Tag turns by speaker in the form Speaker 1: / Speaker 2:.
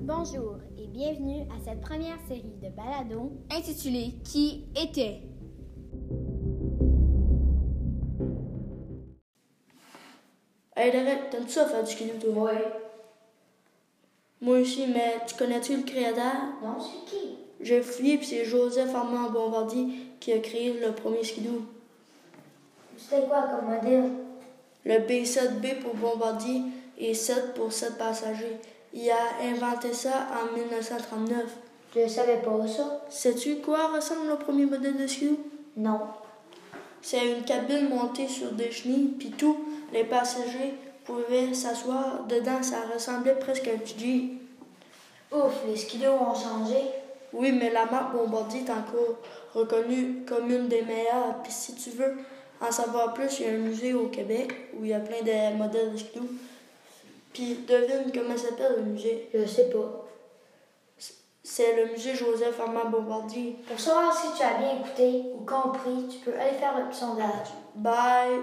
Speaker 1: Bonjour et bienvenue à cette première série de baladons.
Speaker 2: intitulé Qui était
Speaker 3: Hey, Derek, t'aimes-tu ça faire du kino, toi? Oui. Moi aussi, mais tu connais-tu le créateur?
Speaker 1: Non, c'est qui
Speaker 3: J'ai fouillé, puis c'est Joseph Armand Bombardier qui a créé le premier skidoo.
Speaker 1: C'était quoi comme modèle
Speaker 3: Le B7B pour Bombardier et 7 pour 7 passagers. Il a inventé ça en 1939.
Speaker 1: Je savais pas ça.
Speaker 3: Sais-tu quoi ressemble le premier modèle de skidoo?
Speaker 1: Non.
Speaker 3: C'est une cabine montée sur des chenilles, puis tous les passagers pouvaient s'asseoir dedans. Ça ressemblait presque à un petit
Speaker 1: Ouf, les skidos ont changé.
Speaker 3: Oui, mais la marque Bombardier est encore reconnue comme une des meilleures. Puis si tu veux en savoir plus, il y a un musée au Québec où il y a plein de modèles de skidoo. Puis devine comment s'appelle le musée.
Speaker 1: Je sais pas.
Speaker 3: C'est le musée Joseph Armand Bombardier.
Speaker 1: Pour savoir si tu as bien écouté ou compris, tu peux aller faire le petit sondage.
Speaker 3: Bye!